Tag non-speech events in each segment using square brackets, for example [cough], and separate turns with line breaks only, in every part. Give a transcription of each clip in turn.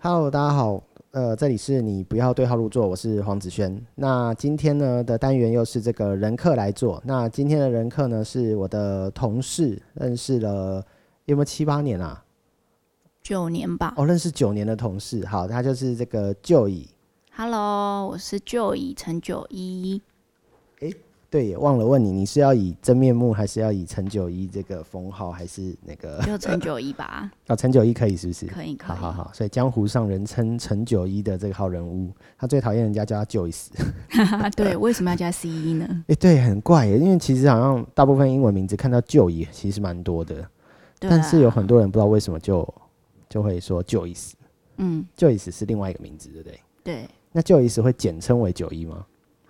Hello，大家好，呃，这里是你不要对号入座，我是黄子轩。那今天呢的单元又是这个人客来做。那今天的人客呢是我的同事，认识了有没有七八年啊？
九年吧。
哦，认识九年的同事。好，他就是这个就以，
Hello，我是旧乙陈九一，
对，也忘了问你，你是要以真面目，还是要以陈九一这个封号，还是那个？
就陈九一吧，
哦，陈九一可以 [laughs] 是不是？
可以可
好
以。
好好，所以江湖上人称陈九一的这个好人物，他最讨厌人家叫他九一死。
[laughs] 对，为什么要加 C 一呢？
哎、对，很怪耶，因为其实好像大部分英文名字看到就也其实蛮多的，
对、啊，
但是有很多人不知道为什么就就会说就意思，
嗯，
就意思是另外一个名字，对不对？
对，
那就意思会简称为九一吗？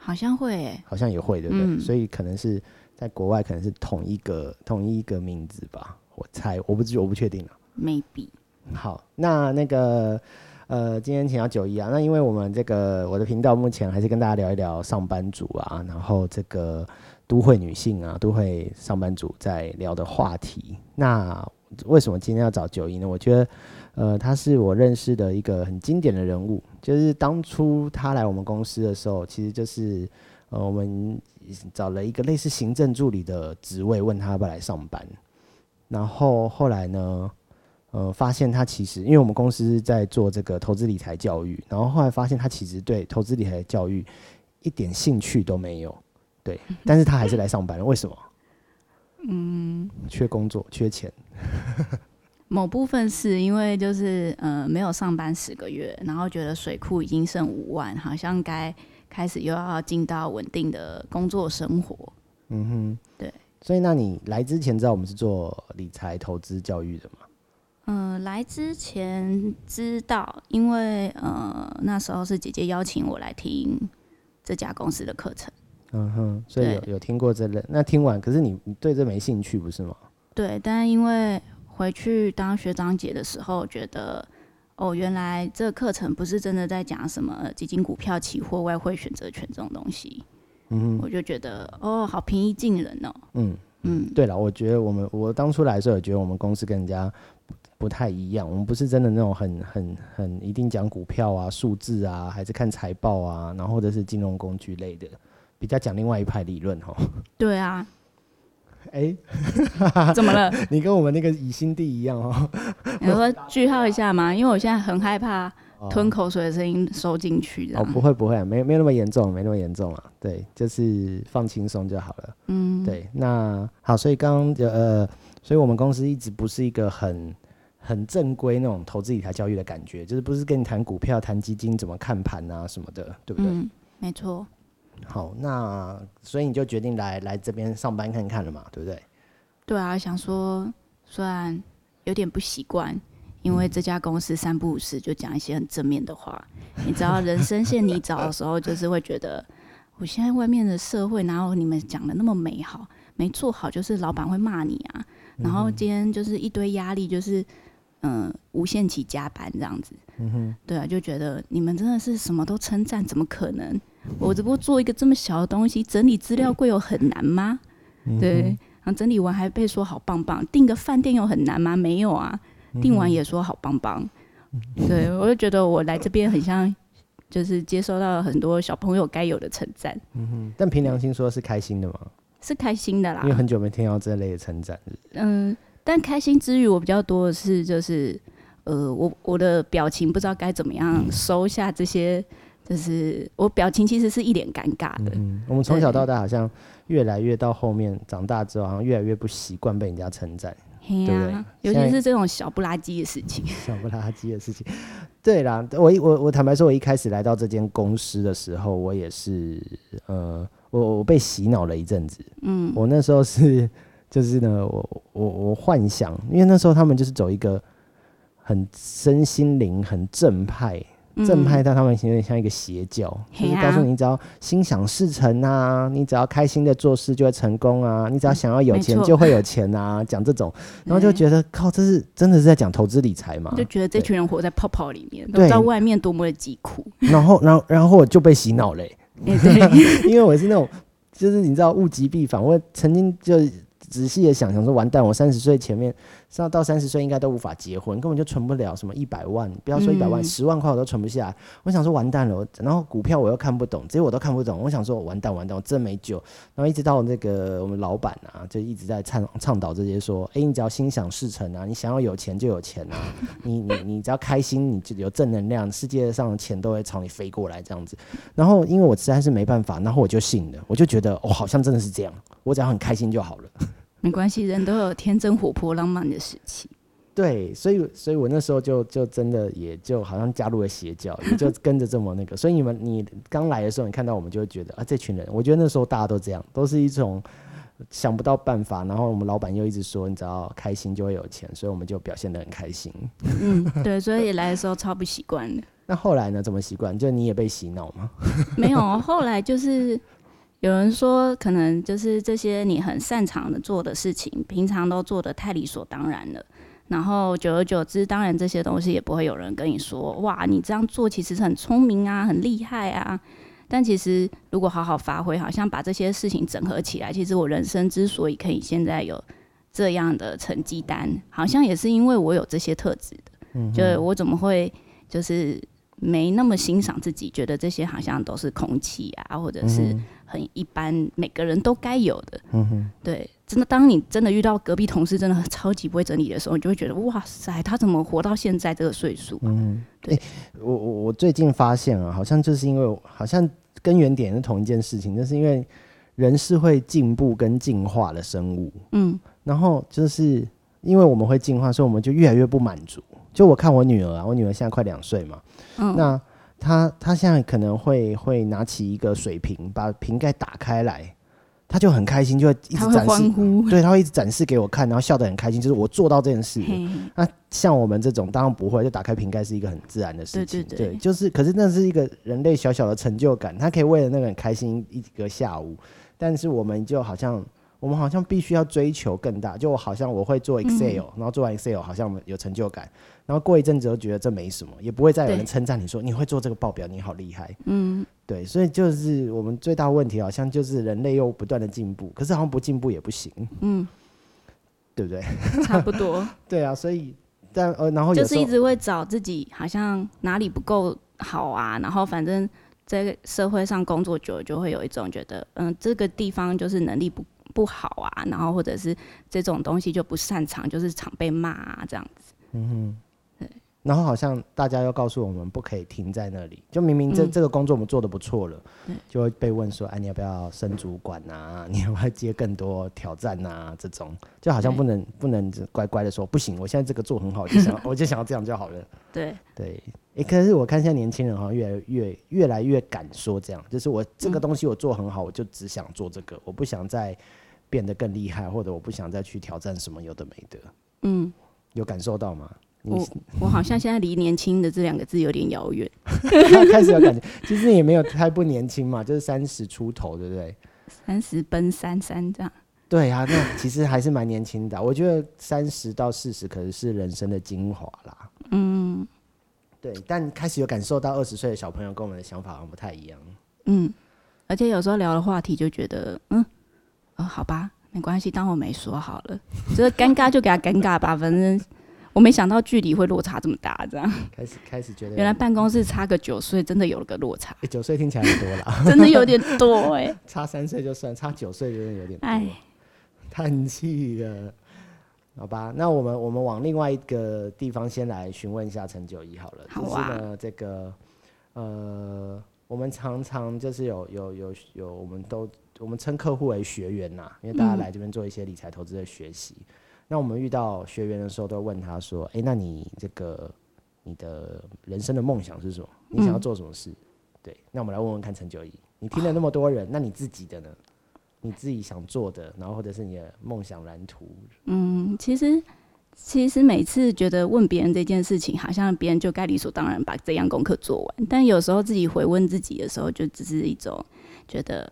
好像会耶、
好像也会，对不对？
嗯
所以可能是在国外可能是同一个同一个名字吧，我猜，我不知我不确定了。
maybe。
好，那那个呃，今天请到九一啊，那因为我们这个我的频道目前还是跟大家聊一聊上班族啊，然后这个都会女性啊，都会上班族在聊的话题。那为什么今天要找九一呢？我觉得，呃，他是我认识的一个很经典的人物，就是当初他来我们公司的时候，其实就是呃，我们找了一个类似行政助理的职位，问他要不要来上班。然后后来呢，呃，发现他其实，因为我们公司在做这个投资理财教育，然后后来发现他其实对投资理财教育一点兴趣都没有，对，但是他还是来上班了，为什么？嗯，缺工作，缺钱，
某部分是因为就是呃没有上班十个月，然后觉得水库已经剩五万，好像该开始又要进到稳定的工作生活。
嗯哼，
对。
所以，那你来之前知道我们是做理财、投资、教育的吗？
嗯、来之前知道，因为呃那时候是姐姐邀请我来听这家公司的课程。
嗯哼，所以有
对
有听过这类，那听完，可是你你对这没兴趣，不是吗？
对，但因为回去当学长姐的时候，觉得哦，原来这个课程不是真的在讲什么基金、股票、期货、外汇、选择权这种东西，
嗯哼，
我就觉得哦，好平易近人哦。
嗯。
嗯，
对了，我觉得我们我当初来的时候，也觉得我们公司跟人家不不太一样，我们不是真的那种很很很一定讲股票啊、数字啊，还是看财报啊，然后或者是金融工具类的，比较讲另外一派理论哦。 [laughs]
对啊，
哎，
怎
[laughs]
么了？
你跟我们那个以心地一样哦。
你说句号一下吗？因为我现在很害怕吞口水的声音收进去，这
哦，
样。
不会不会、啊，没没那么严重，没那么严重啊。对，就是放轻松就好了。
嗯，
对，那好，所以刚刚呃，所以我们公司一直不是一个很很正规那种投资理财教育的感觉，就是不是跟你谈股票、谈基金怎么看盘啊什么的，对不对？
嗯，没错。
好，那所以你就决定来来这边上班看看了嘛，对不对？
对啊，想说虽然有点不习惯，因为这家公司三不五时就讲一些很正面的话。你知道，人生陷泥沼的时候，就是会觉得，我现在外面的社会哪有你们讲的那么美好？没做好就是老板会骂你啊。然后今天就是一堆压力，就是嗯、呃无限期加班这样子。对啊，就觉得你们真的是什么都称赞，怎么可能？我只不过做一个这么小的东西，整理资料柜有很难吗？对，然后整理完还被说好棒棒，订个饭店有很难吗？没有啊，
嗯
订完也说好棒棒。对，我就觉得我来这边很像，就是接收到很多小朋友该有的称赞，
嗯，但凭良心说是开心的嘛，
是开心的
因为
啦。
很久没听到这类的称赞了。
嗯，但开心之余，我比较多的是就是，呃，我我的表情不知道该怎么样收下这些，就是我表情其实是一脸尴尬的。
嗯，我们从小到大好像越来越到后面长大之后，好像越来越不习惯被人家称赞。
嘿
对不
呀、
对
尤
现在
其是这种小不拉几的事情。
小不拉几的事情。对啦，我一我我坦白说，我一开始来到这间公司的时候，我也是呃，我我被洗脑了一阵子。嗯，我那时候是就是呢，我我我幻想，因为那时候他们就是走一个很身心灵很正派。正派到他们有点像一个邪教，就
嗯嘿
是
啊
告诉你，只要心想事成啊，你只要开心的做事就会成功啊，你只要想要有
没
钱
错
就会有钱啊，讲这种，然后就
对
觉得靠，这是真的是在讲投资理财嘛？
就觉得
嗯
这
对
群人活在泡泡里面，都
对
不知道外面多么的疾苦。
然后，然后，然后我就被洗脑
[laughs]
嘞、
哎
[laughs]
对，
因为我是那种，就是你知道物极必反。我曾经就仔细的想想说，完蛋，我三十岁前面上到三十岁应该都无法结婚，根本就存不了什么一百万，不要说一百万，
嗯
十、万块我都存不下来。我想说完蛋了，我然后股票我又看不懂，这些我都看不懂。我想说完蛋完蛋，我真没救。然后一直到那个我们老板啊，就一直在倡倡导这些说，哎、你只要心想事成啊，你想要有钱就有钱啊，你你你只要开心，你就有正能量，世界上的钱都会朝你飞过来这样子。然后因为我实在是没办法，然后我就信了，我就觉得哦，好像真的是这样，我只要很开心就好了。
没关系，人都有天真、活泼、浪漫的时期。
对，所以所以我那时候就就真的也就好像加入了邪教，也就跟着这么那个。所以你们你刚来的时候，你看到我们就会觉得啊，这群人，我觉得那时候大家都这样，都是一种想不到办法，然后我们老板又一直说，你只要开心就会有钱，所以我们就表现得很开心。
嗯，对，所以来的时候超不习惯的。
那后来呢？怎么习惯？就你也被洗脑吗？
[laughs] 没有，后来就是有人说，可能就是这些你很擅长的做的事情，平常都做的太理所当然了。然后久而久之，当然这些东西也不会有人跟你说，哇，你这样做其实很聪明啊，很厉害啊。但其实如果好好发挥，好像把这些事情整合起来，其实我人生之所以可以现在有这样的成绩单，好像也是因为我有这些特质的。就我怎么会就是没那么欣赏自己，觉得这些好像都是空气啊，或者是很一般，每个人都该有的。
嗯哼，
对，真的，当你真的遇到隔壁同事真的超级不会整理的时候，你就会觉得哇塞，他怎么活到现在这个岁数？
嗯我我我最近发现啊，好像就是因为我好像根源点是同一件事情，就是因为人是会进步跟进化的生物。
嗯，
然后就是因为我们会进化，所以我们就越来越不满足。就我看我女儿啊，我女儿现在快两岁嘛，
嗯
那她她现在可能会会拿起一个水瓶，把瓶盖打开来，她就很开心，就会一
他
直
会
展
欢
示，
呼。
对，她会一直展示给我看，然后笑得很开心，就是我做到这件事了。
嘿，
那像我们这种当然不会，就打开瓶盖是一个很自然的事情。
对对对
就是可是那是一个人类小小的成就感，他可以为了那个很开心一个下午，但是我们就好像。我们好像必须要追求更大，就我好像我会做 Excel，、然后
嗯
做完 Excel 好像有成就感，然后过一阵子又觉得这没什么，也不会再有人
对
称赞你说你会做这个报表，你好厉害。
嗯，
对，所以就是我们最大问题好像就是人类又不断的进步，可是好像不进步也不行，
嗯，
对不对？
[laughs] 差
[laughs]
不多，
对啊，所以但呃，然后有
就
时
是
候
一直会找自己好像哪里不够好啊，然后反正在社会上工作久了，就会有一种觉得，嗯，这个地方就是能力不不好啊，然后或者是这种东西就不擅长，就是常被骂啊这样子。
然后好像大家又告诉我们不可以停在那里，就明明这、
嗯
这个工作我们做的不错了，就会被问说，哎，你要不要升主管啊？ [laughs] 你要不要接更多挑战啊？这种就好像
对
不能不能只乖乖的说不行，我现在这个做很好，我就想我就想要这样就好了。
对，
对，哎，可是我看现在年轻人好像越来越越来越敢说这样，就是我这个东西我做很好，我就只想做这个，我不想再变得更厉害，或者我不想再去挑战什么有的没的，
嗯，
有感受到吗？ [laughs] 你
我我好像现在离年轻的这两个字有点遥远，
开始有感觉，其实也没有太不年轻嘛，就是三十出头，对不对？
[laughs] 三十奔三三这样。
对啊，那其实还是蛮年轻的啊。我觉得三十到四十可能是人生的精华啦。
嗯
对，但开始有感受到二十岁的小朋友跟我们的想法好像不太一样。
嗯，而且有时候聊的话题就觉得，嗯，哦，好吧，没关系，当我没说好了， [laughs] 就是尴尬就给他尴尬吧，反正我没想到距离会落差这么大，这样。
开始开始觉得
原来办公室差个九岁，真的有了个落差，
诶哎九岁听起来很多啦，
真的有点多哎、
[laughs] 差三岁就算，差九岁真的有点多。
哎，
叹气了，好吧？那我们我们往另外一个地方先来询问一下陈九一好了。
好
就
啊
是呢，这个呃，我们常常就是有有有有，我们都我们称客户为学员呐、因为大家来这边做一些理财投资的学习。那我们遇到学员的时候，都会问他说：“诶，那你这个你的人生的梦想是什么？你想要做什么
嗯
事？”对，那我们来问问看陈九一，你听了那么多人，那你自己的呢？你自己想做的，然后或者是你的梦想蓝图，
嗯，其实其实每次觉得问别人这件事情，好像别人就该理所当然把这样功课做完，但有时候自己回问自己的时候，就只是一种觉得，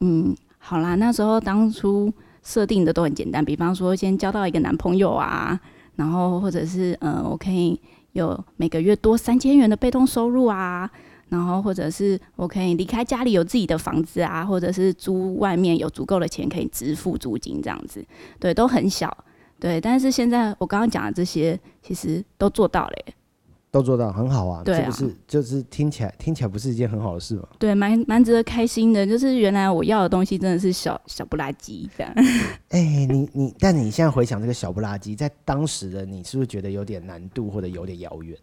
嗯，好啦，那时候当初设定的都很简单，比方说先交到一个男朋友啊，然后或者是呃，我可以有每个月多三千元的被动收入啊。然后，或者是我可以离开家里有自己的房子啊，或者是租外面有足够的钱可以支付租金这样子，对，都很小。对，但是现在我刚刚讲的这些，其实都做到了耶、
都做到很好啊，
对
这
啊
不是就是听起来听起来不是一件很好的事吗？
对，蛮蛮值得开心的。就是原来我要的东西真的是小小不拉几这样。
哎、你你，但你现在回想这个小不拉几，在当时的你是不是觉得有点难度或者有点遥远？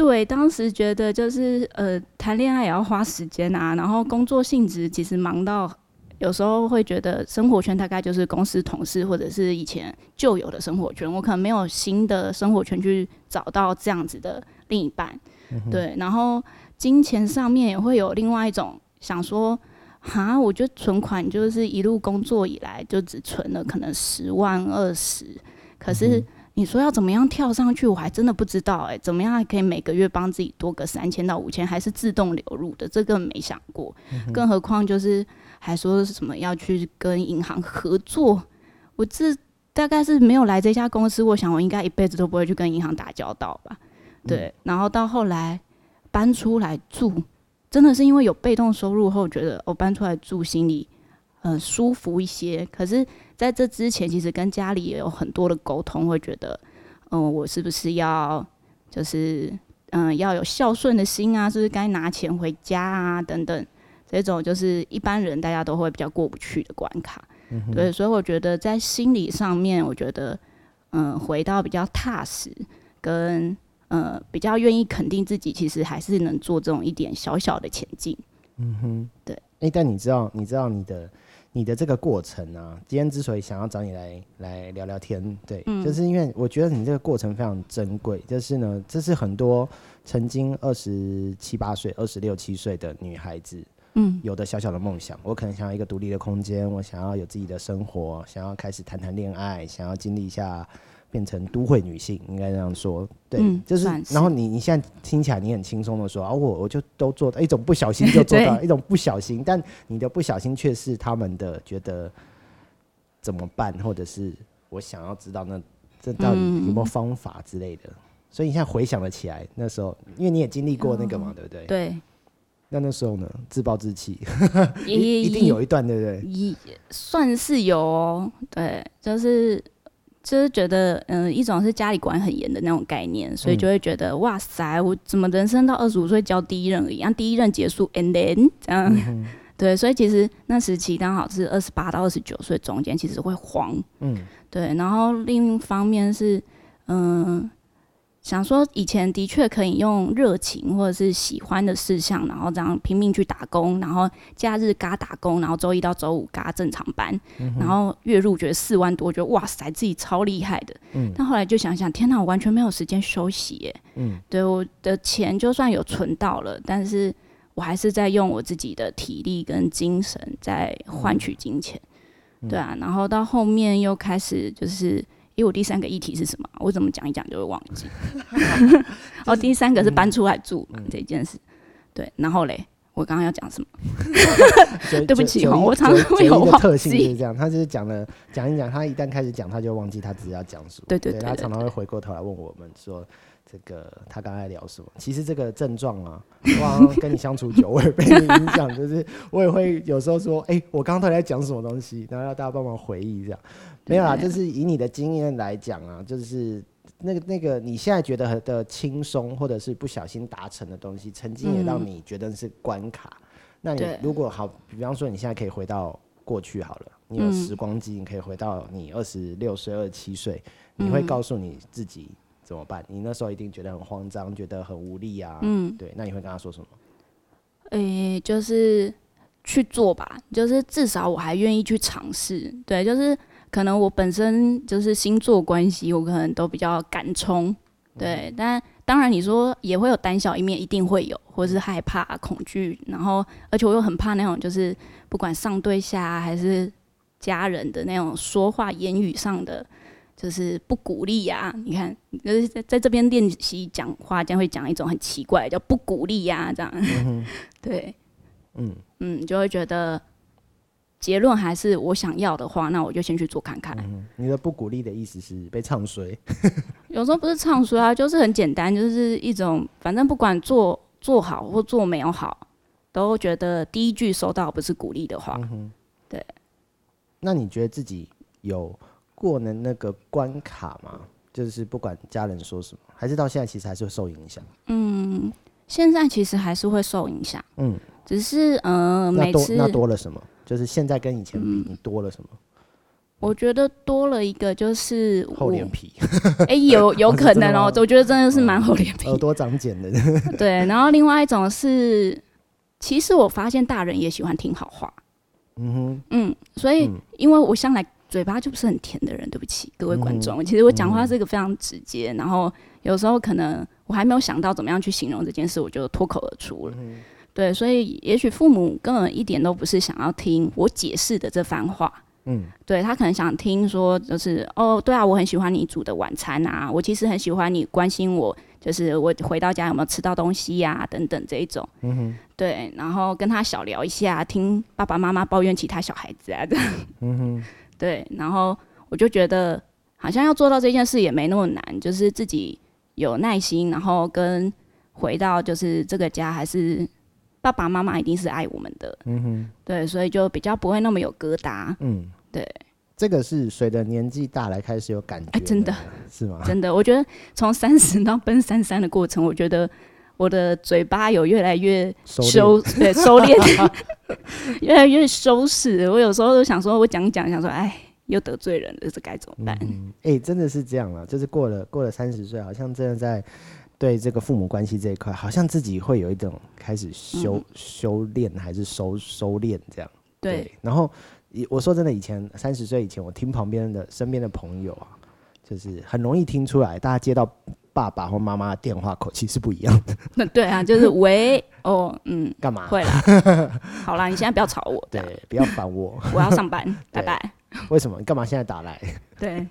对，当时觉得就是呃，谈恋爱也要花时间啊，然后工作性质其实忙到有时候会觉得生活圈大概就是公司同事或者是以前旧有的生活圈，我可能没有新的生活圈去找到这样子的另一半。对，然后金钱上面也会有另外一种想说。哈，我觉得存款就是一路工作以来就只存了可能十万二十，可是你说要怎么样跳上去，我还真的不知道哎、怎么样可以每个月帮自己多个三千到五千，还是自动流入的，这个没想过。更何况就是还说什么要去跟银行合作，我这大概是没有来这家公司，我想我应该一辈子都不会去跟银行打交道吧。对，然后到后来搬出来住，真的是因为有被动收入后，觉得我、哦搬出来住心里很舒服一些。可是在这之前，其实跟家里也有很多的沟通，会觉得，嗯，我是不是要就是嗯要有孝顺的心啊？是不是该拿钱回家啊？等等，这种就是一般人大家都会比较过不去的关卡。
嗯
对，所以我觉得在心理上面，我觉得嗯回到比较踏实跟。呃，比较愿意肯定自己，其实还是能做这种一点小小的前进。
哎、但你知道，你知道你的你的这个过程啊，今天之所以想要找你来来聊聊天，对，
嗯
就是因为我觉得你这个过程非常珍贵，就是呢，这是很多曾经二十七八岁、二十六七岁的女孩子。
嗯，
有的小小的梦想，我可能想要一个独立的空间，我想要有自己的生活，想要开始谈谈恋爱，想要经历一下变成都会女性，应该这样说。对，
嗯
就是
算是
然后你你现在听起来你很轻松的说啊，我我就都做到，一种不小心
[laughs]
就做到
对
了，一种不小心，但你的不小心却是他们的觉得怎么办，或者是我想要知道那这到底有
嗯
没有方法之类的。所以你现在回想了起来，那时候因为你也经历过那个嘛，对不对？
哦对，
那那时候呢，自暴自弃，[laughs]
也
一一定有一段，对不对？
也算是有哦。对，就是就是觉得，嗯、一种是家里管很严的那种概念，所
嗯
以就会觉得，哇塞，我怎么人生到二十五岁交第一任而已，让第一任结束，and then 这样。
嗯
[laughs] 对，所以其实那时期刚好是二十八到二十九岁中间，其实会慌。
嗯，
对，然后另一方面是，嗯、想说以前的确可以用热情或者是喜欢的事项，然后这样拼命去打工，然后假日嘎打工，然后周一到周五嘎正常班，
嗯
然后月入觉得四万多，觉得哇塞自己超厉害的。
嗯
但后来就想想，天哪，我完全没有时间休息耶。
嗯，
对，我的钱就算有存到了，但是我还是在用我自己的体力跟精神在换取金钱。
嗯
对啊，然后到后面又开始就是，因为我第三个议题是什么啊？我怎么讲一讲就会忘
[laughs]
记。哦，第三个是
嗯
搬出来住嘛、这件事。对，然后嘞，我刚刚要讲什么？
[laughs] 对
对不起哦我常常会有
的
忘
特性
记
就是这样，他就是讲了讲一讲，他一旦开始讲，他就忘记他自己要讲什么。
对对对
他
对
常常会回过头来问我们说，这个他刚才聊什么？其实这个症状啊，我好像跟你相处久，我也被你影响，就是我也会有时候说，哎、我刚刚到底在讲什么东西？然后要大家帮忙回忆这样。没有啦，
对
就是以你的经验来讲啊，就是那个那个你现在觉得很的轻松，或者是不小心达成的东西，曾经也
嗯
让你觉得是关卡。那你
对
如果好，比方说你现在可以回到过去好了，你有
嗯
时光机，你可以回到你二十六岁、二十七岁，
嗯
你会告诉你自己怎么办？你那时候一定觉得很慌张，觉得很无力啊。
嗯，
对，那你会跟他说什么？
诶、就是去做吧，就是至少我还愿意去尝试。对，就是可能我本身就是星座关系，我可能都比较敢冲。对，但当然你说也会有胆小一面，一定会有，或是害怕、恐惧，然后而且我又很怕那种就是不管上对下啊还是家人的那种说话言语上的。就是不鼓励呀、你看，就是在在这边练习讲话，这样会讲一种很奇怪的叫不鼓励呀、这样。对，
嗯
嗯，就会觉得结论还是我想要的话，那我就先去做看看。
嗯，你的不鼓励的意思是被唱衰。
有时候不是唱衰啊，就是很简单，就是一种反正不管做做好或做没有好，都觉得第一
嗯
句收到不是鼓励的话，
那你觉得自己有过了那个关卡吗？就是不管家人说什么，还是到现在其实还是会受影响。
嗯，现在其实还是会受影响，
嗯，
只是呃，
那
每
多
次嗯
那多了什么？就是现在跟以前比，你多了什么？
我觉得多了一个就是
厚
我
脸皮，
哎、有有
[laughs] 哦是
可
真的
能哦、
吗嗯
我觉得真的是蛮厚脸
[laughs]
皮
耳朵长茧的。
的。对，然后另外一种是，其实我发现大人也喜欢听好话，
嗯哼，
嗯，所以
嗯
因为我向来嘴巴就不是很甜的人，对不起各位观众，其实我
嗯
讲话是一个非常直接，然后有时候可能我还没有想到怎么样去形容这件事，我就脱口而出了。
嗯
对，所以也许父母根本一点都不是想要听我解释的这番话，
嗯
对他可能想听说，就是哦，对啊，我很喜欢你煮的晚餐啊，我其实很喜欢你关心我，就是我回到家有没有吃到东西呀、等等这一种。
嗯哼，
对，然后跟他小聊一下，听爸爸妈妈抱怨其他小孩子啊，这样。 [laughs]
嗯哼，
对，然后我就觉得好像要做到这件事也没那么难，就是自己有耐心，然后跟回到就是这个家，还是爸爸妈妈一定是爱我们的，
嗯哼，
对，所以就比较不会那么有疙瘩。
嗯，
对。
这个是随着年纪大来开始有感觉，
哎真的
是吗？
真的，我觉得从三十到奔三三的过程，我觉得我的嘴巴有越来越
收敛
收，对，收敛， [laughs] 越来越收拾。我有时候都想说，我讲一讲，想说，哎，又得罪人了，这该怎么办？
嗯，哎、真的是这样了，就是过了过了三十岁，好像真的在对这个父母关系这一块，好像自己会有一种开始修、修炼还是收收敛这样。
嗯对，
然后以我说真的，以前三十岁以前，我听旁边的身边的朋友啊，就是很容易听出来，大家接到爸爸或妈妈的电话口气是不一样的，
那 [laughs] 对啊，就是喂，哦，嗯，
干嘛？
会啦，
[laughs]
好啦，你现在不要吵我，这样
对，不要烦我。 [laughs]
我要上班，拜
对
拜。
为什么？你干嘛现在打来？
对，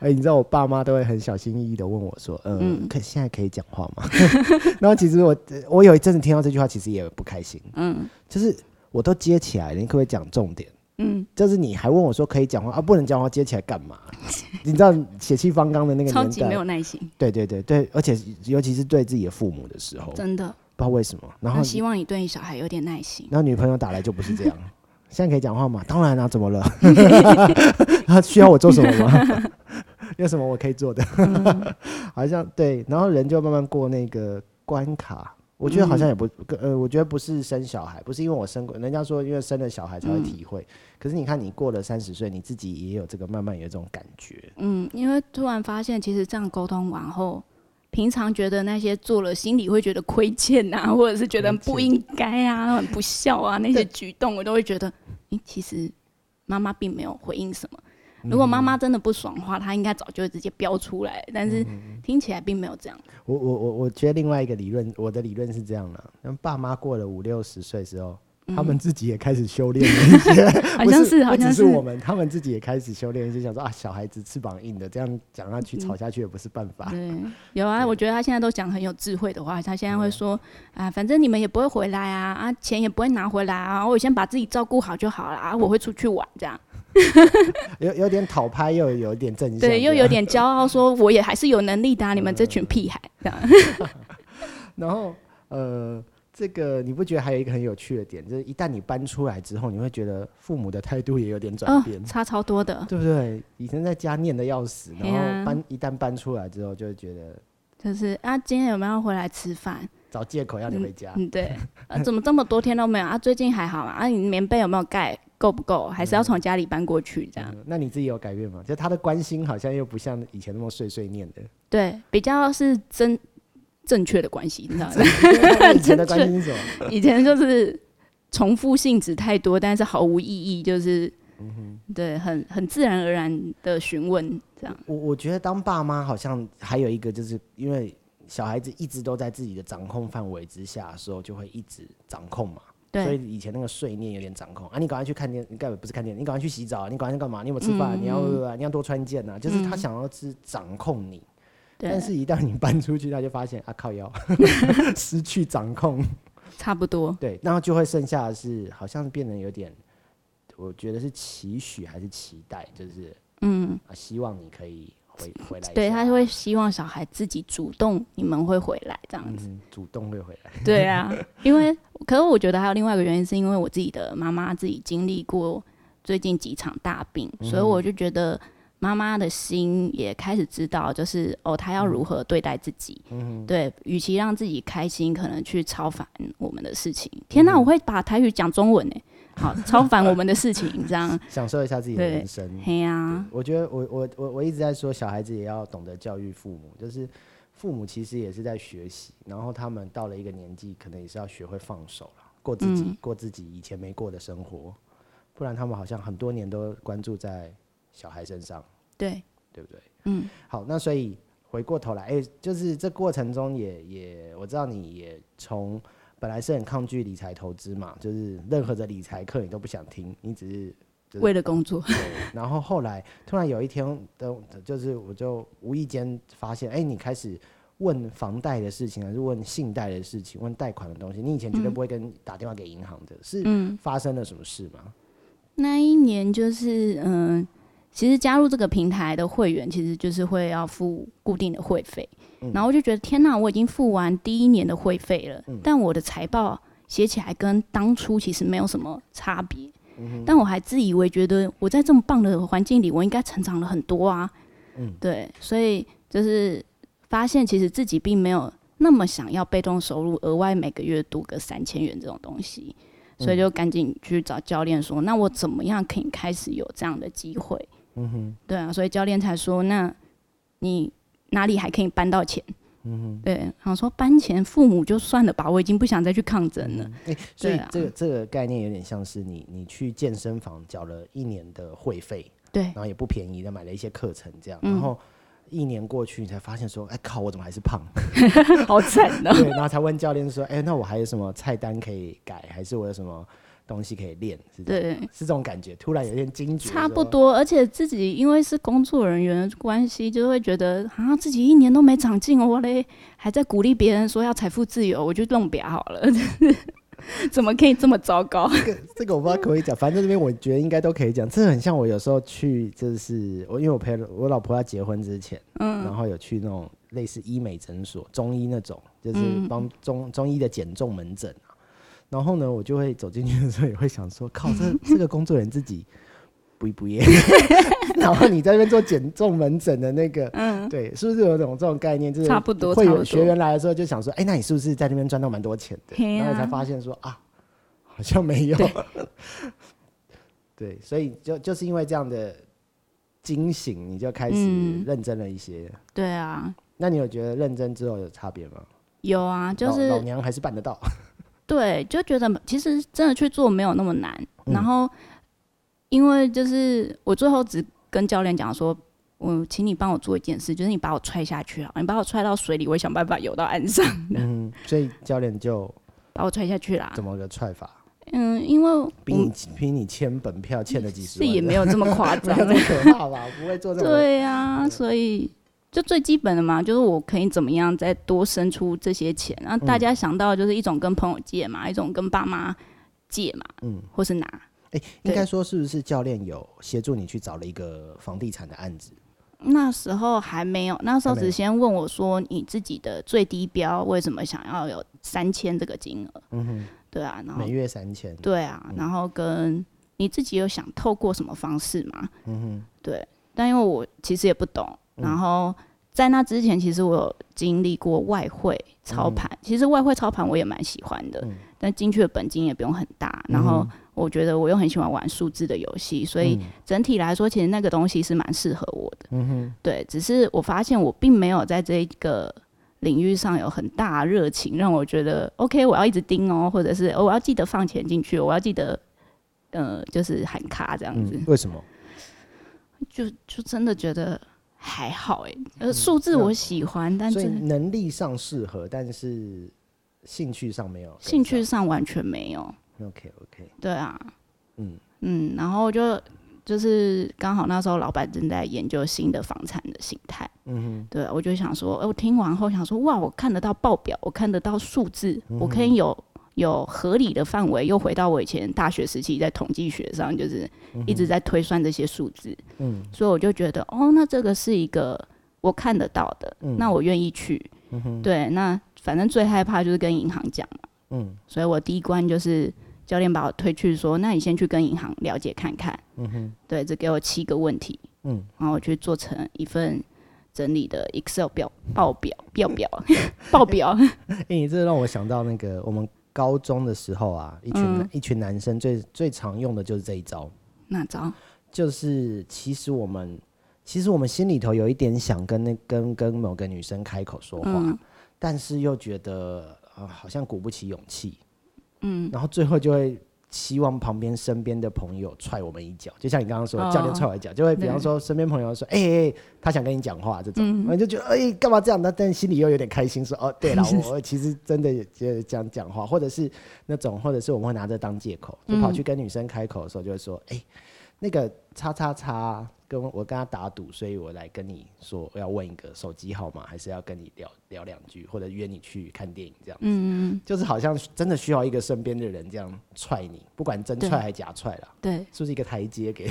哎、你知道我爸妈都会很小心翼翼的问我说：“呃、
嗯
可现在可以讲话吗？” [laughs] 然后其实我我有一阵子听到这句话，其实也不开心，
嗯
就是我都接起来了，你可不可以讲重点？
嗯，
就是你还问我说可以讲话啊，不能讲话接起来干嘛？ [laughs] 你知道血气方刚的那个
超
年
级没有
代，
耐心，
对对对对，而且尤其是对自己的父母的时候，不知
真的。
道为什么。哦然后
那希望你对你小孩有点耐心。
然后女朋友打来就不是这样， [laughs] 现在可以讲话吗？当然啦、啊怎么了？ [laughs] 他需要我做什么吗？ [laughs] 有什么我可以做的？ [laughs] 好像对，然后人就慢慢过那个关卡。我觉得好像也不，呃，我觉得不是生小孩，不是因为我生过，人家说因为生了小孩才会体会。可是你看，你过了三十岁，你自己也有这个慢慢有一种感觉。
嗯，因为突然发现，其实这样沟通完后，平常觉得那些做了，心里会觉得亏欠啊，或者是觉得
亏欠
不应该啊、很不孝啊那些举动，我都会觉得，诶、其实妈妈并没有回应什么。如果
嗯
妈妈真的不爽的话，她应该早就会直接飙出来，但
嗯
是听起来并没有这样。
我我我我觉得另外一个理论，我的理论是这样的：，那爸妈过了五六十岁之后，他们自己也开始修炼了一些，
好
不
像
是，
好
不只
像
是我们，他们自己也开始修炼一些，想说啊，小孩子翅膀硬的，这样讲下去吵下去也不是办法。
对，有啊，我觉得他现在都讲很有智慧的话，他现在
嗯
会说啊，反正你们也不会回来啊，啊，钱也不会拿回来啊，我先把自己照顾好就好了啊，我会出去玩这样。
[laughs] 有有点讨拍，又有点正向，
对，又
这样啊嗯
有。点骄傲，说我也还是有能力的啊、你们这群屁孩，这样。
然
[laughs]
后呃，这个你不觉得还有一个很有趣的点，就是一旦你搬出来之后，你会觉得父母的态度也有点转
哦
变，，
差超多的，
对不对？以前在家念的要死，然
嘿啊
后搬一旦搬出来之后，就会觉得
就是啊，今天有没有要回来吃饭？
找借口要你回家。
嗯，对，啊，怎么这么多天都没有啊？最近还好吗？啊，你棉被有没有盖？够不够？还是要从家里搬过去这样？
嗯嗯那你自己有改变吗？就他的关心好像又不像以前那么碎碎念
[laughs]
的。
对，比较是真正确的关系，你知道吗？ [laughs]
以前的关心是什么？
以前就是重复性质太多，但是毫无意义，就是。
嗯
对，很很自然而然的询问这样，
我我觉得当爸妈好像还有一个，就是因为小孩子一直都在自己的掌控范围之下的时候，就会一直掌控嘛。所
对，
以以前那个碎念有点掌控啊，你赶快去看电，你干不是看电，你赶快去洗澡，你赶快去干嘛？你有没有吃饭？啊
嗯
你要你要多穿一件呐、啊就是他想要是掌控你，
对
但是一旦你搬出去，他就发现啊靠
[laughs]
腰，失去掌控。
差不多，
对，然后就会剩下的是，好像变得有点，我觉得是期许还是期待，就是
嗯，
啊，希望你可以回回来一下。
对，他会希望小孩自己主动，你们会回来这样子。
嗯，主动会回来。 [laughs]
对啊，因为可是我觉得还有另外一个原因，是因为嗯我自己的妈妈自己经历过最近几场大病，所以我就觉得妈妈的心也开始知道，就是哦，她要如何对待自己。嗯，对，与其让自己开心，可能去超凡我们的事情。天哪、我会把台语讲中文呢、好，超凡我们的事情，这 [laughs] 样，
享受一下自己的
对
人生。
嘿啊呀、
我觉得我我我我一直在说，小孩子也要懂得教育父母，就是父母其实也是在学习，然后他们到了一个年纪，可能也是要学会放手了，过自
嗯
己、过自己以前没过的生活，不然他们好像很多年都关注在小孩身上，
对，
对不对？
嗯，
好，那所以回过头来，哎、就是这过程中也也，我知道你也从本来是很抗拒理财投资嘛，就是任何的理财课你都不想听，你只是就是
为了工作，
然后后来突然有一天的，就是我就无意间发现，哎，你开始问房贷的事情，还是问信贷的事情，问贷款的东西。你以前绝对不会跟打电话给银行的，
嗯
是发生了什么事吗？
那一年就是嗯、其实加入这个平台的会员，其实就是会要付固定的会费，然后我就觉得天哪，我已经付完第一年的会费了，但我的财报写起来跟当初其实没有什么差别。但我还自以为觉得我在这么棒的环境里，我应该成长了很多啊。
嗯
对，所以就是发现其实自己并没有那么想要被动收入，额外每个月多个三千元这种东西。所以就赶紧去找教练说，那我怎么样可以开始有这样的机会？嗯哼，对啊，所以教练才说，那你哪里还可以搬到钱？嗯哼，对，然后说搬钱，父母就算了吧，我已经不想再去抗争了。
哎、所
对
以
啊
这个、这个概念有点像是你你去健身房缴了一年的会费，
[laughs] 对
然，后也不便宜的买了一些课程，这样，
嗯
然后。一年过去，你才发现说，哎靠，我怎么还是胖？ [laughs]
好惨哦、 [laughs]
对，然后才问教练说，哎，那我还有什么菜单可以改，还是我有什么东西可以练？是这样
对，
是这种感觉，突然有点惊觉。
差不，多，而且自己因为是工作人员的关系，就会觉得啊，自己一年都没长进哦，我嘞还在鼓励别人说要财富自由，我就弄表好了， [laughs] 怎么可以这么糟糕？
这个我不知道可不可以讲，反正这边我觉得应该都可以讲。这很像我有时候去，就是我因为我陪我老婆要结婚之前，嗯，然后有去那种类似医美诊所、中医那种，就是帮中、中医的减重门诊啊。然后呢，我就会走进去的时候也会想说，靠，这这个工作人自己不一不耶。 [laughs] 然后你在那边做减重门诊的那个，嗯， [laughs] 对，是不是有种这种概念？就是
差不多
会
差不
有
多
学员来的时候就想说，哎，那你是不是在那边赚到蛮多钱的？
嘿
然后
啊
才发现说啊，好像没有。
对
[laughs] 对，所以就就是因为这样的惊醒，你就开始
嗯
认真了一些。
对啊，
那你有觉得认真之后有差别吗？
有啊，就
老
是
老娘还是办得
[laughs]
到。
对，就觉得其实真的去做没有那么难。
嗯
然后，因为就是我最后只跟教练讲说，我请你帮我做一件事，就是你把我踹下去啊，你把我踹到水里，我也想办法游到
[laughs]
岸上，
嗯，所以教练就
把我踹下去啦
怎。么个踹法？
嗯，因为我
比你比你签本票欠了几十
是
万，
也没有这么夸
没
张
有，这
[laughs]
么可怕吧？不会做 [laughs] 这种。
对呀、所以就最基本的嘛，就是我可以怎么样再多生出这些钱。然后大
嗯
家想到就是一种跟朋友借嘛，一种跟爸妈借嘛，
嗯
或是拿。
哎，应该说是不是教练有协助你去找了一个房地产的案子？
那时候还没有，那时候
还没有
只先问我说你自己的最低标为什么想要有三千这个金额？嗯对啊，然后
每月三千。
对啊，然后跟你自己有想透过什么方式吗？嗯哼，对，但因为我其实也不懂，然后在那之前，其实我有经历过外汇操盘，其实外汇操盘我也蛮喜欢的，但进去的本金也不用很大，然后我觉得我又很喜欢玩数字的游戏，所
嗯
以整体来说，其实那个东西是蛮适合我的。嗯哼，对，只是我发现我并没有在这一个。领域上有很大的热情，让我觉得 OK，我要一直盯哦，或者是、哦我要记得放钱进去，我要记得，呃，就是喊卡这样子，
嗯，为什么？
就就真的觉得还好哎、呃，数字我喜欢，但
嗯所以
是
能力上适合，但是兴趣上没有跟上。
兴趣上完全没有，
OK OK，
对啊，
嗯
嗯，然后就就是刚好那时候老板正在研究新的房产的形态，
嗯哼，
对，我就想说，哎、我听完后想说，哇，我看得到报表，我看得到数字，
嗯
我可以有有合理的范围，又回到我以前大学时期在统计学上，就是一直在推算这些数字，
嗯
所以我就觉得，哦，那这个是一个我看得到的，
嗯
那我愿意去，对，那反正最害怕就是跟银行讲嘛，
嗯
所以我第一关就是教练把我推去说，那你先去跟银行了解看看，对，只给我七个问题，
嗯，
然后我去做成一份整理的 Excel 表报表表表 [laughs] 报表， [laughs]
哎、你这让我想到那个我们高中的时候啊，一群、
嗯
一群男生最最常用的就是这一招，
那招
就是其实我们其实我们心里头有一点想跟那跟跟某个女生开口说话，
嗯
但是又觉得呃好像鼓不起勇气，
嗯，
然后最后就会希望旁边身边的朋友踹我们一脚，就像你刚刚说的，
哦
教练踹我一脚，就会比方
对
说身边朋友说，哎、哎、哎他想跟你讲话这种，
嗯
我、就觉得哎、干嘛这样？那但心里又有点开心，说
[laughs]
哦对了，我我其实真的也觉得这样讲话，或者是那种，或者是我们会拿这当借口，
嗯
就跑去跟女生开口的时候，就会说，哎、那个叉叉叉。跟我跟他打赌，所以我来跟你说，我要问一个手机号码，还是要跟你聊聊两句，或者约你去看电影这样子。
嗯，
就是好像真的需要一个身边的人这样踹你，不管真踹还假踹啦，
对，
是不是一个台阶给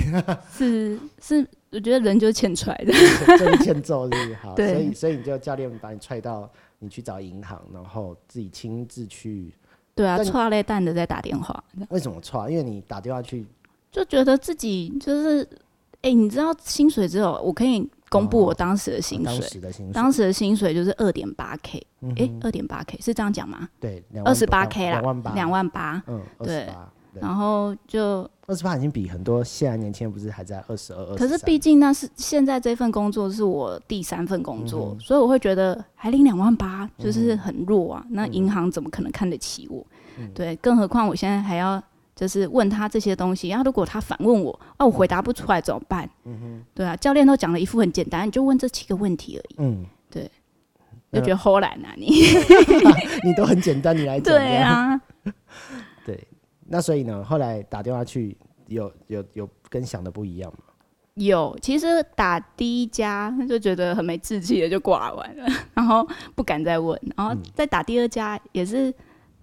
是是，我觉得人就是欠出来的， [laughs]
[laughs] 真欠揍，是不是？好，所
对
以所以你就教练把你踹到你去找银行，然后自己亲自去。
对啊，
但
错累蛋的在打电话，
为什么踹？因为你打电话去，
就觉得自己就是，哎、你知道薪水只有我可以公布
哦
我当时的薪
当
水，
时的薪水，
当时的薪水就是二点八 K，
嗯
哎
哼，
二点八 K 是这样讲吗？
对，
二十八 K 啦，
两万八，
两，万八，
嗯，二
对嗯
十八，对，
然后就
二十八已经比很多现在年轻人不是还在二十二、二
可是毕竟那是现在这份工作是我第三份工作，
嗯哼
所以我会觉得还领两万八就是
嗯
很弱啊。那银行怎么可能看得起我？对，更何况我现在还要就是问他这些东西，然后如果他反问我，啊，我回答不出来怎么办？
嗯
对啊，教练都讲了一副很简单，你就问这七个问题而已，
嗯，
就觉得齁懒啊你。
你都很简单，你来讲，
[laughs] 对，啊，
对， [laughs] 那所以呢，后来打电话去，有有有跟想的不一样吗？
有，其实打第一家就觉得很没志气的就挂完了， [laughs] 然后不敢再问，然
嗯
后再打第二家也是，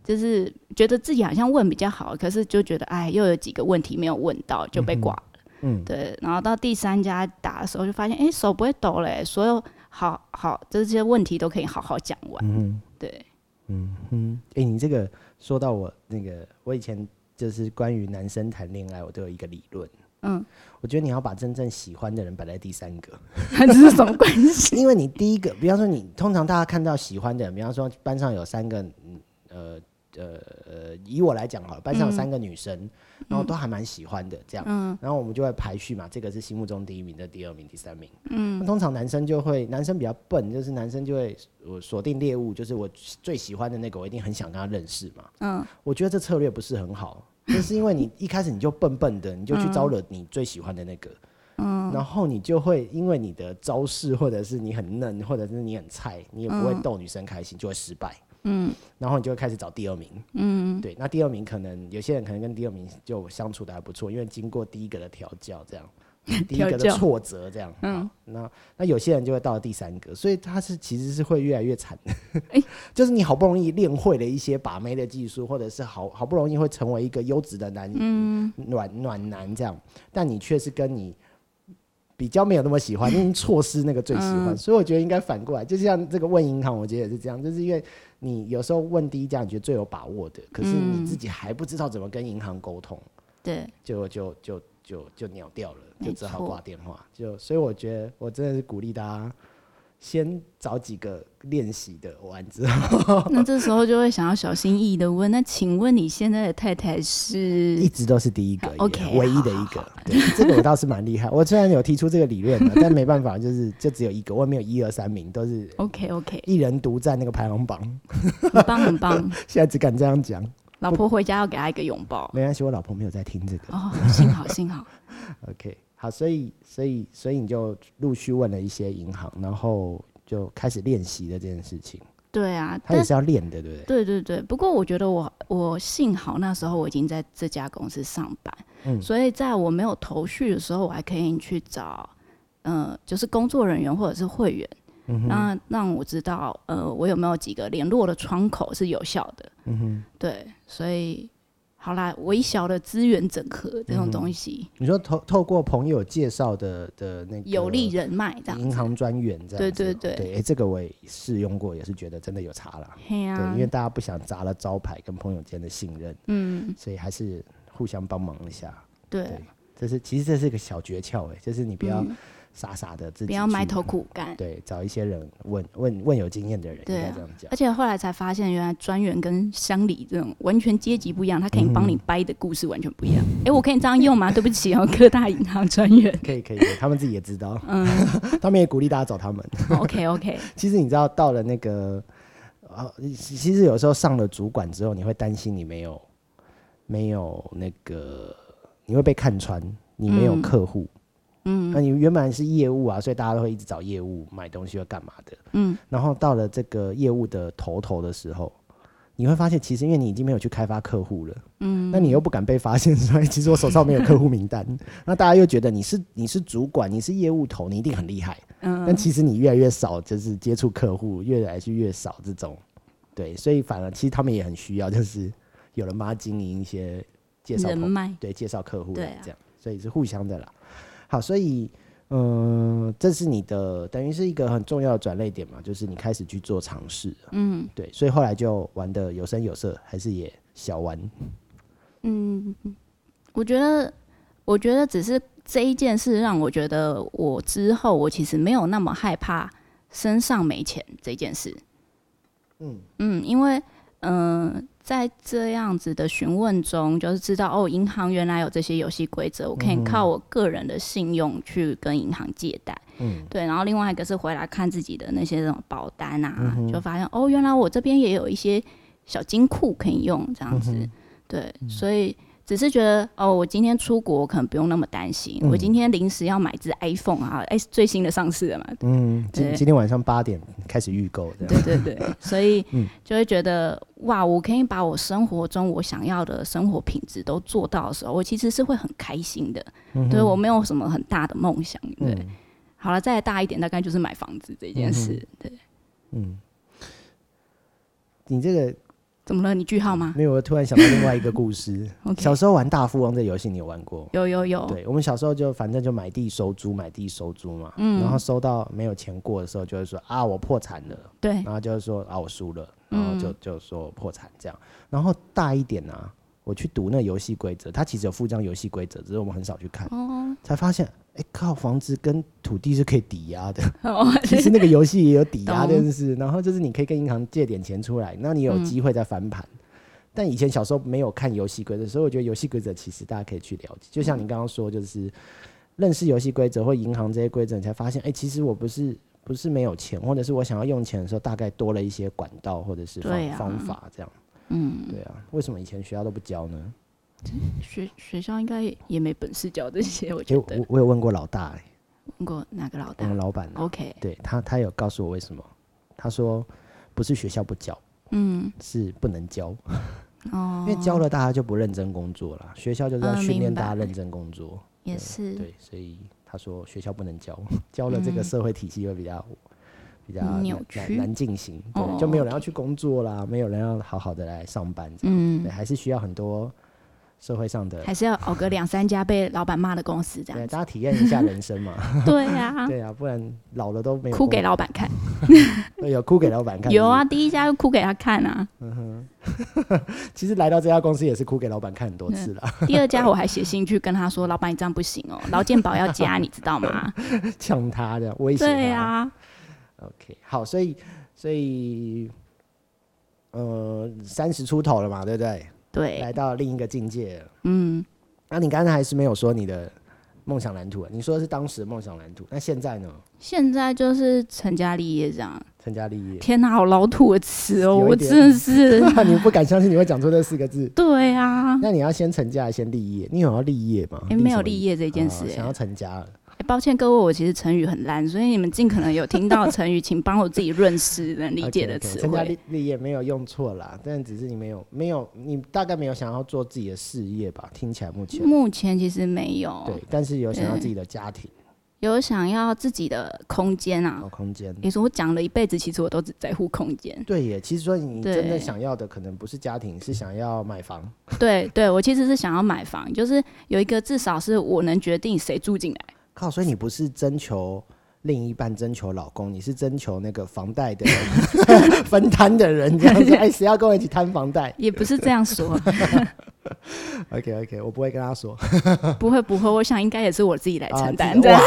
就是觉得自己好像问比较好，可是就觉得哎，又有几个问题没有问到就被挂了。
嗯，
对，然后到第三家打的时候就发现，哎，手不会抖嘞，所有好好这些问题都可以好好讲完。
嗯
对， [laughs]
嗯，哎、你这个说到我那个，我以前就是关于男生谈恋爱，我都有一个理论。
嗯，
我觉得你要把真正喜欢的人摆在第三个，
这是什么关系？
因为你第一个，比方说你通常大家看到喜欢的人，比方说班上有三个，嗯呃呃呃，以我来讲好了，班上有三个女生，然后都还蛮喜欢的这样，
嗯
然后我们就会排序嘛，这个是心目中第一名，这第二名，第三名。那
嗯
通常男生就会，男生比较笨，就是男生就会我锁定猎物，就是我最喜欢的那个，我一定很想跟他认识嘛。
嗯，
我觉得这策略不是很好，就是因为你一开始你就笨笨的，你就去
嗯
招惹你最喜欢的那个，嗯，然后你就会因为你的招式或者是你很嫩，或者是你很菜，你也不会逗女生开心，就会失败，嗯，然后你就会开始找第二名，嗯，对，那第二名可能有些人可能跟第二名就相处的还不错，因为经过第一个的调教， [laughs] 这样。第一个
调
的
教
挫折，这样，嗯，那那有些人就会到了第三个，所以他是其实是会越来越 [laughs] 惨就是你好不容易练会了一些把妹的技术，或者是好好不容易会成为一个优质的男、嗯暖暖男这样，但你却是跟你比较没有那么喜欢，因为错失那个最喜欢，所以我觉得应该反过来，就像这个问银行，我觉得也是这样，就是因为你有时候问第一家你觉得最有把握的，可是你自己还不知道怎么跟银行沟通，
[laughs]
[laughs]
对，
就就就就就鸟掉了，就
没
只好
错
挂电话。就所以我觉得我真的是鼓励大家。先找几个练习的完之后，
那这时候就会想要小心翼翼的问，那请问你现在的太太是
一直都是第一个
OK，
也唯一的一个。对，这个我倒是蛮厉害。我虽然有提出这个理论的，但没办法，就是就只有一个，我也没有一二三名，都是
OK OK，
一人独占那个排行榜。
很棒很棒，
现在只敢这样讲，
老婆回家要给他一个拥抱。
没关系，我老婆没有在听这个。
哦，幸好
[laughs]
幸好，
OK，好，所以所以所以你就陆续问了一些银行，然后就开始练习了这件事情。
对啊，
他也
但
是要练的，对不对？
对对对，不过我觉得我我幸好那时候我已经在这家公司上班，
嗯
所以在我没有头绪的时候，我还可以去找，呃，就是工作人员或者是会员，
嗯
那让我知道，呃，我有没有几个联络的窗口是有效的，
嗯哼，
对，所以好啦，微小的资源整合这
嗯
种东西，
你说透透过朋友介绍的的那个
有利人脉这样
银
子，
行专员这样
对
子
对
哦
对
对，哎，这个我也试用过，也是觉得真的有差啦。
嘿啊呀、
对，因为啊大家不想砸了招牌跟朋友间的信任，
嗯，
所以还是互相帮忙一下。
对
对这是其实这是个小诀窍哎，就是你不要、
嗯
傻傻的自己
不要埋
去
头苦干。
对，找一些人问问问有经验的人，应
对啊
该这样讲
而。且后来才发现，原来专员跟乡里这种完全阶级不一样，他可以帮你
嗯
掰的故事完全不一样。哎、我可以这样用吗？对不起哦， [laughs] 各大银行专
[laughs]
员。
可以可以，可以他们自己也知道，
[laughs] 嗯
他们也鼓励大家找他们。
，OK OK，
其实你知道，到了那个，呃，其其实有时候上了主管之后，你会担心你没有没有那个，你会被看穿，你没有
嗯
客户。
嗯
那你原本是业务啊，所以大家都会一直找业务买东西或干嘛的。
嗯，
然后到了这个业务的头头的时候，你会发现，其实因为你已经没有去开发客户了，嗯，那你又不敢被发现说，哎其实我手上没有客户名单，
[laughs]
那大家又觉得你是你是主管，你是业务头，你一定很厉害，嗯，但其实你越来越少，就是接触客户，越来是越少这种，对，所以反而其实他们也很需要，就是有人帮他经营一些介绍
人
朋
脉，
对，介绍客户的
对啊
这样，所以是互相的啦。好，所以嗯、呃这是你的等于是一个很重要的转类点嘛，就是你开始去做尝试，
嗯
对，所以后来就玩的有声有色，还是也小玩，
嗯，我觉得，我觉得只是这一件事让我觉得，我之后我其实没有那么害怕身上没钱这件事。
嗯
嗯，因为嗯、呃在这样子的询问中，就是知道哦，银行原来有这些游戏规则，我可
嗯
以靠我个人的信用去跟银行借贷。
嗯
对，然后另外一个是回来看自己的那些那种保单
嗯
啊，就发现哦，原来我这边也有一些小金库可以用
嗯
这样子。对，所以只是觉得哦，我今天出国可能不用那么担心。
嗯
我今天临时要买只 iPhone 啊，哎，最新的上市了嘛，
嗯，今
对
今天晚上八点开始预购这样，
对对对， [laughs] 所以
嗯
就会觉得哇，我可以把我生活中我想要的生活品质都做到的时候，我其实是会很开心的。对我没有什么很大的梦想，对。
嗯
好了，再大一点，大概就是买房子这件事。对，
嗯，你这个
怎么了？你句号吗？，
没有，我突然想到另外一个故事
OK [laughs]
嗯小时候玩大富翁这游戏，你有玩过？
有有有，
对，我们小时候就反正就买地收租，买地收租嘛，
嗯
然后收到没有钱过的时候，就会说啊我破产了，
对
然后就是说啊我输了，然后就就说破产这样。然后大一点啊，我去读那游戏规则，它其实有附张游戏规则，只是我们很少去看，才发现哎靠，房子跟土地是可以抵押的，
[laughs] 哦，
嗯 [laughs] 其实那个游戏也有抵押这
懂
件事，然后就是你可以跟银行借点钱出来，那你有机会再翻盘。但以前小时候没有看游戏规则，所以我觉得游戏规则其实大家可以去了解。就像你刚刚说，就是认识游戏规则或银行这些规则，你才发现，哎、其实我不是不是没有钱，或者是我想要用钱的时候，大概多了一些管道或者是方、
对啊
方法这样。
嗯，
对啊，为什么以前学校都不教呢？
学学校应该也也没本事教这些，我
因
觉
为
得
我。嗯我有问过老大、欸，
问过哪个老
我
大
们老板、啊
？OK，
对他他有告诉我为什么，他说不是学校不教，
嗯，
是不能教。
哦，
因为教了大家就不认真工作了，学校就是要
嗯
训练
明白
大家认真工作。
也是，
对，所以他说学校不能教， [laughs] 教了这个社会体系会比较比较难
嗯扭曲
难难进行，对，
哦
就没有人要去工作啦，没有人要好好的来上班，这样
嗯
对，，还是需要很多社会上的
还是要熬个两三家被老板骂的公司这
对
样子。
大家体验一下人生嘛， [laughs]
[laughs] 对呀，
对啊，不然老了都没有
哭
工
给老板看。
对有哭给老板看，
有啊，，第一家就哭给他看啊， [laughs]
其实来到这家公司也是哭给老板看很多次了，
第二家我还写信去跟他说，老板你这样不行哦， [laughs] 劳健保要加，你知道
[laughs]
吗？
[laughs] 呛他这样威胁他，
对啊，
OK，好，所以所以呃，三十出头了嘛，对不对？来
对，
到另一个境界了。
嗯，
那你刚才还是没有说你的梦想蓝图啊，你说的是当时的梦想蓝图，那现在呢？
现在就是成家立业这样。
成家立业，
天哪，好老土的词哦，
有一
我
点
真的
[laughs]
是。
你不敢相信你会讲出这四个字。
对啊，
那你要先成家，还是先立业？你有要立业吗？
哎，没
什
有
么
立业这件事
哦，想
哎
要成家了。
哎抱歉各位，我其实成语很烂，所以你们尽可能有听到成语，请帮我自己润饰能理解的
[laughs] OK，OK，
词
成家
汇。
立立业没有用错啦，但只是你没有没有，你大概没有想要做自己的事业吧？听起来目前
目前其实没有
对，，但是有想要自己的家庭
有想要自己的空间啊
和。空间。
你说我讲了一辈子，其实我都只在乎空间。
对耶，其实说你
对
真的想要的可能不是家庭，是想要买房。
对对，我其实是想要买房，就是有一个至少是我能决定谁住进来。
靠，所以你不是征求另一半、征求老公，你是征求那个房贷
[laughs]
的分摊的人，这样子。哎，谁要跟我一起摊房贷？ [laughs]
也不是这样说，
OK OK，我不会跟他说
不会不会，我想应该也是我自己来
啊
承
自
担
己
的。
哇，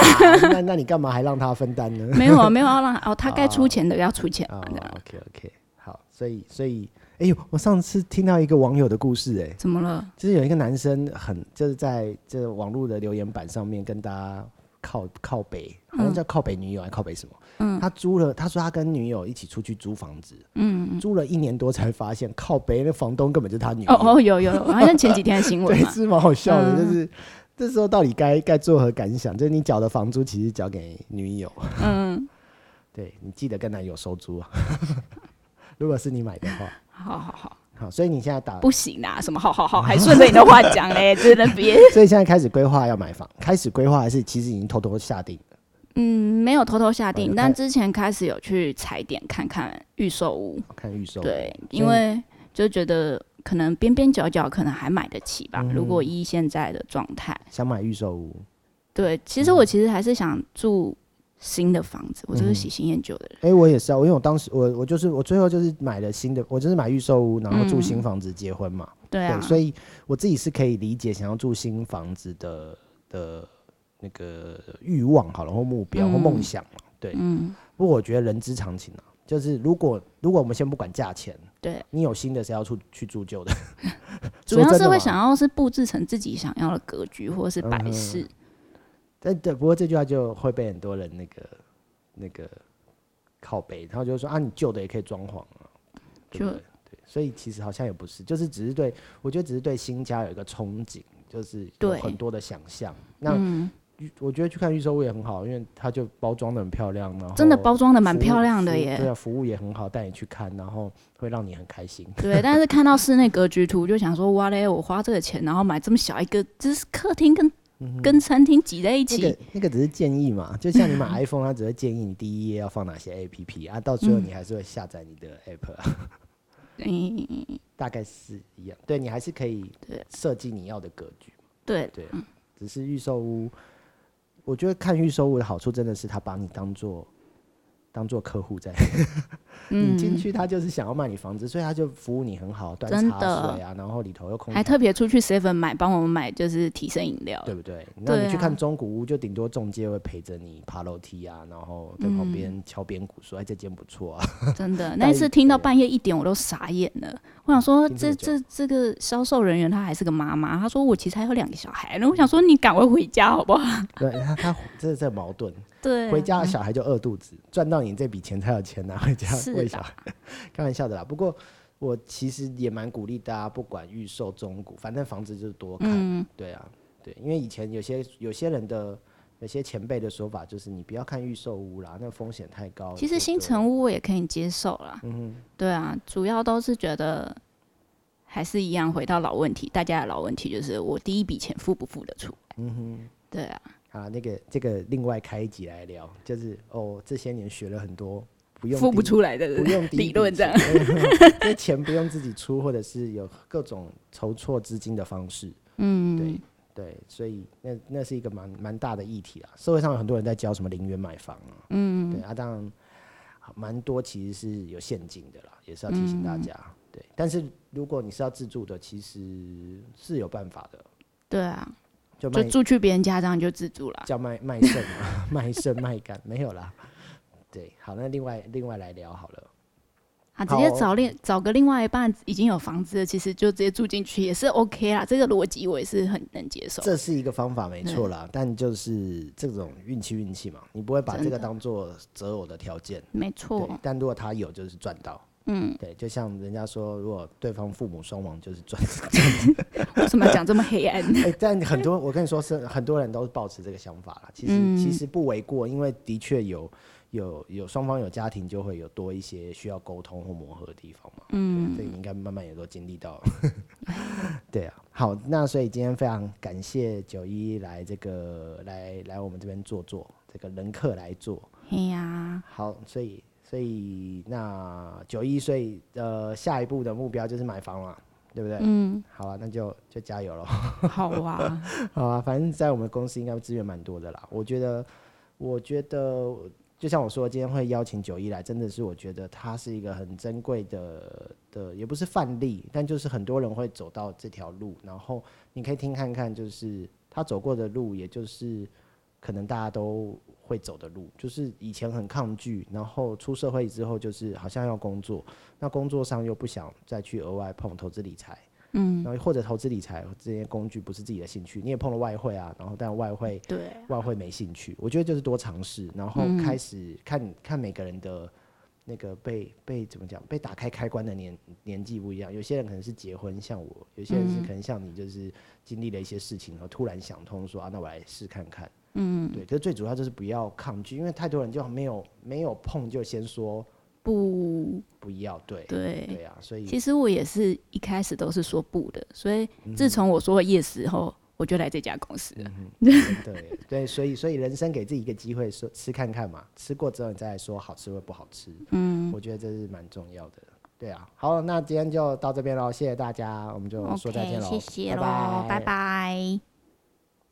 那那你干嘛还让他分担呢？
没有啊，没有要让哦，他该出钱的要出钱
啊
嘛，这样
OK OK，好，所以所以，哎呦，我上次听到一个网友的故事、哎，
怎么了？
就是有一个男生很就是在这网络的留言板上面跟大家靠靠北，好像叫靠北女友还是靠北什么？
嗯
他租了，他说他跟女友一起出去租房子，
嗯，
租了一年多才发现靠北那房东根本就是他女友，
哦哦，有有，有好像前几天的新闻
对，
嘛。
是蛮好笑的，
嗯
就是。这时候到底该该作何感想？就是你缴的房租其实交给女友，
嗯，
[laughs] 对你记得跟男友收租啊。 [laughs] 如果是你买的话，
好好好，
好，所以你现在打，
不行啦，什么好好好，还顺着你的话讲
[laughs]
嘞，真的别。
所以现在开始规划要买房，开始规划还是其实已经偷偷下定了
嗯，没有偷偷下
哦有
定，
看
但之前开始有去踩点看看预售屋，
看预售，
对，
以
因为就觉得可能边边角角可能还买得起吧，
嗯
如果依现在的状态。
想买预售屋。
对，其
嗯
实我其实还是想住新的房子，我就是喜新厌旧的人。
哎、我也是啊，因为我当时我我就是我最后就是买了新的，我就是买预售屋，然后
嗯
住新房子结婚嘛，
对啊，
对，所以我自己是可以理解想要住新房子的的那个欲望好了，或目标、或梦
嗯
想嘛，对。
嗯，
不过我觉得人之常情啊，就是如果如果我们先不管价钱，
对，
你有新的谁要出去住旧的？ [laughs]
主要
说真
是
的
会
嘛
想要是布置成自己想要的格局或是摆饰。
嗯但对，不过这句话就会被很多人那个那个靠背，然后就说啊，你旧的也可以装潢啊，对不
就
对？对，所以其实好像也不是，就是只是对我觉得只是对新家有一个憧憬，就是有
对
很多的想象。那
嗯，
我觉得去看预售屋也很好，因为它就包装的很漂亮，然后
真的包装的
哦
蛮
服务
漂亮的
服务
耶。
对啊，服务也很好，带你去看，然后会让你很开心。
对，但是看到室内格局图就想说，哇嘞，我花这个钱，然后买这么小一个，这是客厅跟、跟餐厅挤在一
嗯那
起，
个那个只是建议嘛，就像你买 iPhone，它只会建议你第一页要放哪些 APP 啊，到最后你还是会下载你的 App，、啊，
嗯，
大概是一样。对你还是可以
对
设计你要的格局，
对，
对。啊只是预售屋，我觉得看预售屋的好处真的是它把你当做当做客户在，你进
嗯，
去他就是想要卖你房子，所以他就服务你很好，端
真
茶
的
水啊，然后里头又空
还
调。
特别出去 seven 买，帮我们买就是提升饮料，
对不对？那
对
你去
啊
看中古屋，就顶多中介会陪着你爬楼梯啊，然后在旁
嗯
边敲边鼓说：“哎，这间不错啊。” [laughs]
真的。
带
那一次
饮
听到
料
半夜一点，我都傻眼了。我想说
听这
这，
么
这这个销售人员她还是个妈妈，她说我其实还有两个小孩，然后我想说你赶快回家好不好？
对他，他这这矛盾，
对啊，
回家小孩就饿肚子，赚到你这笔钱才有钱拿回家
[laughs] 是
喂
的
小孩， [laughs] 开玩笑的啦。不过我其实也蛮鼓励大家，不管预售、中古，反正房子就是多看，
嗯，
对啊，对，因为以前有些有些人的有些前辈的说法就是，你不要看预售屋啦，那风险太高。
其实新城屋我也可以接受啦。嗯对啊，主要都是觉得还是一样，回到老问题，大家的老问题就是我第一笔钱付不付得出来。嗯哼，对啊，
啊，那个这个另外开一集来聊，就是哦，这些年学了很多，不用
付不
第一
出来的
不用第一笔
呃理论这样。
钱， [laughs] 因为钱不用自己出，或者是有各种筹措资金的方式。
嗯，
对对，所以那那是一个蛮蛮大的议题啊。社会上有很多人在教什么零元买房啊，嗯，对啊，当然好蛮多其实是有陷阱的啦，也是要提醒大家。
嗯
对，但是如果你是要自住的，其实是有办法的，
对啊，
就
就
卖
住去别人家这样就自住了。
叫卖卖肾啊， [laughs] 卖肾卖肝没有啦。对，好，那另外另外来聊好了。
啊，直
好
接
哦
找另找个另外一半已经有房子的，其实就直接住进去也是 OK 啦。这个逻辑我也是很能接受。
这是一个方法，没错啦，但就是这种运气运气嘛，你不会把这个当做择偶的条件。
没
对
错，，
但如果他有，就是赚到。嗯，对，就像人家说，如果对方父母双亡，就是赚。
为什么要讲这么黑
[laughs]
暗？
哎，但很多我跟你说是很多人都是抱持这个想法啦。其实、其实不为过，因为的确有有有双方有家庭，就会有多一些需要沟通或磨合的地方嘛。嗯，这个你应该慢慢也都经历到了。 [laughs] 对啊，好，那所以今天非常感谢九一来这个来来我们这边坐坐，这个人客来坐。
哎呀，
好，所以所以那九一，所以呃下一步的目标就是买房了，对不对？
嗯，
好啊，那就就加油喽。
好啊，
[laughs] 好啊，反正在我们公司应该资源蛮多的啦。我觉得，我觉得就像我说，今天会邀请九一来，真的是我觉得他是一个很珍贵的的，也不是范例，但就是很多人会走到这条路，然后你可以听看看，就是他走过的路，也就是可能大家都会走的路，就是以前很抗拒，然后出社会之后就是好像要工作，那工作上又不想再去额外碰投资理财，
嗯，
然后或者投资理财这些工具不是自己的兴趣，你也碰了外汇啊，然后但外汇
对，
外汇没嗯兴趣，我觉得就是多尝试，然后开始看、看每个人的那个被被怎么讲被打开开关的年年纪不一样，有些人可能是结婚，像我；有些人是可能像你，就是经历了一些事情，然后突然想通说啊，那我来试看看。嗯，对。可是最主要就是不要抗拒，因为太多人就没有没有碰就先说
不
不要，对
对。
对啊，所以
其实我也是一开始都是说不的，所以自从我说了 yes 后，我就来这家公司
嗯
了。
真的耶对，所以所以人生给自己一个机会说吃看看嘛，吃过之后你再来说好吃或不好吃。嗯，我觉得这是蛮重要的。对啊，好，那今天就到这边喽，谢谢大家，我们就说再见
OK，
喽，
谢谢
拜
喽，拜拜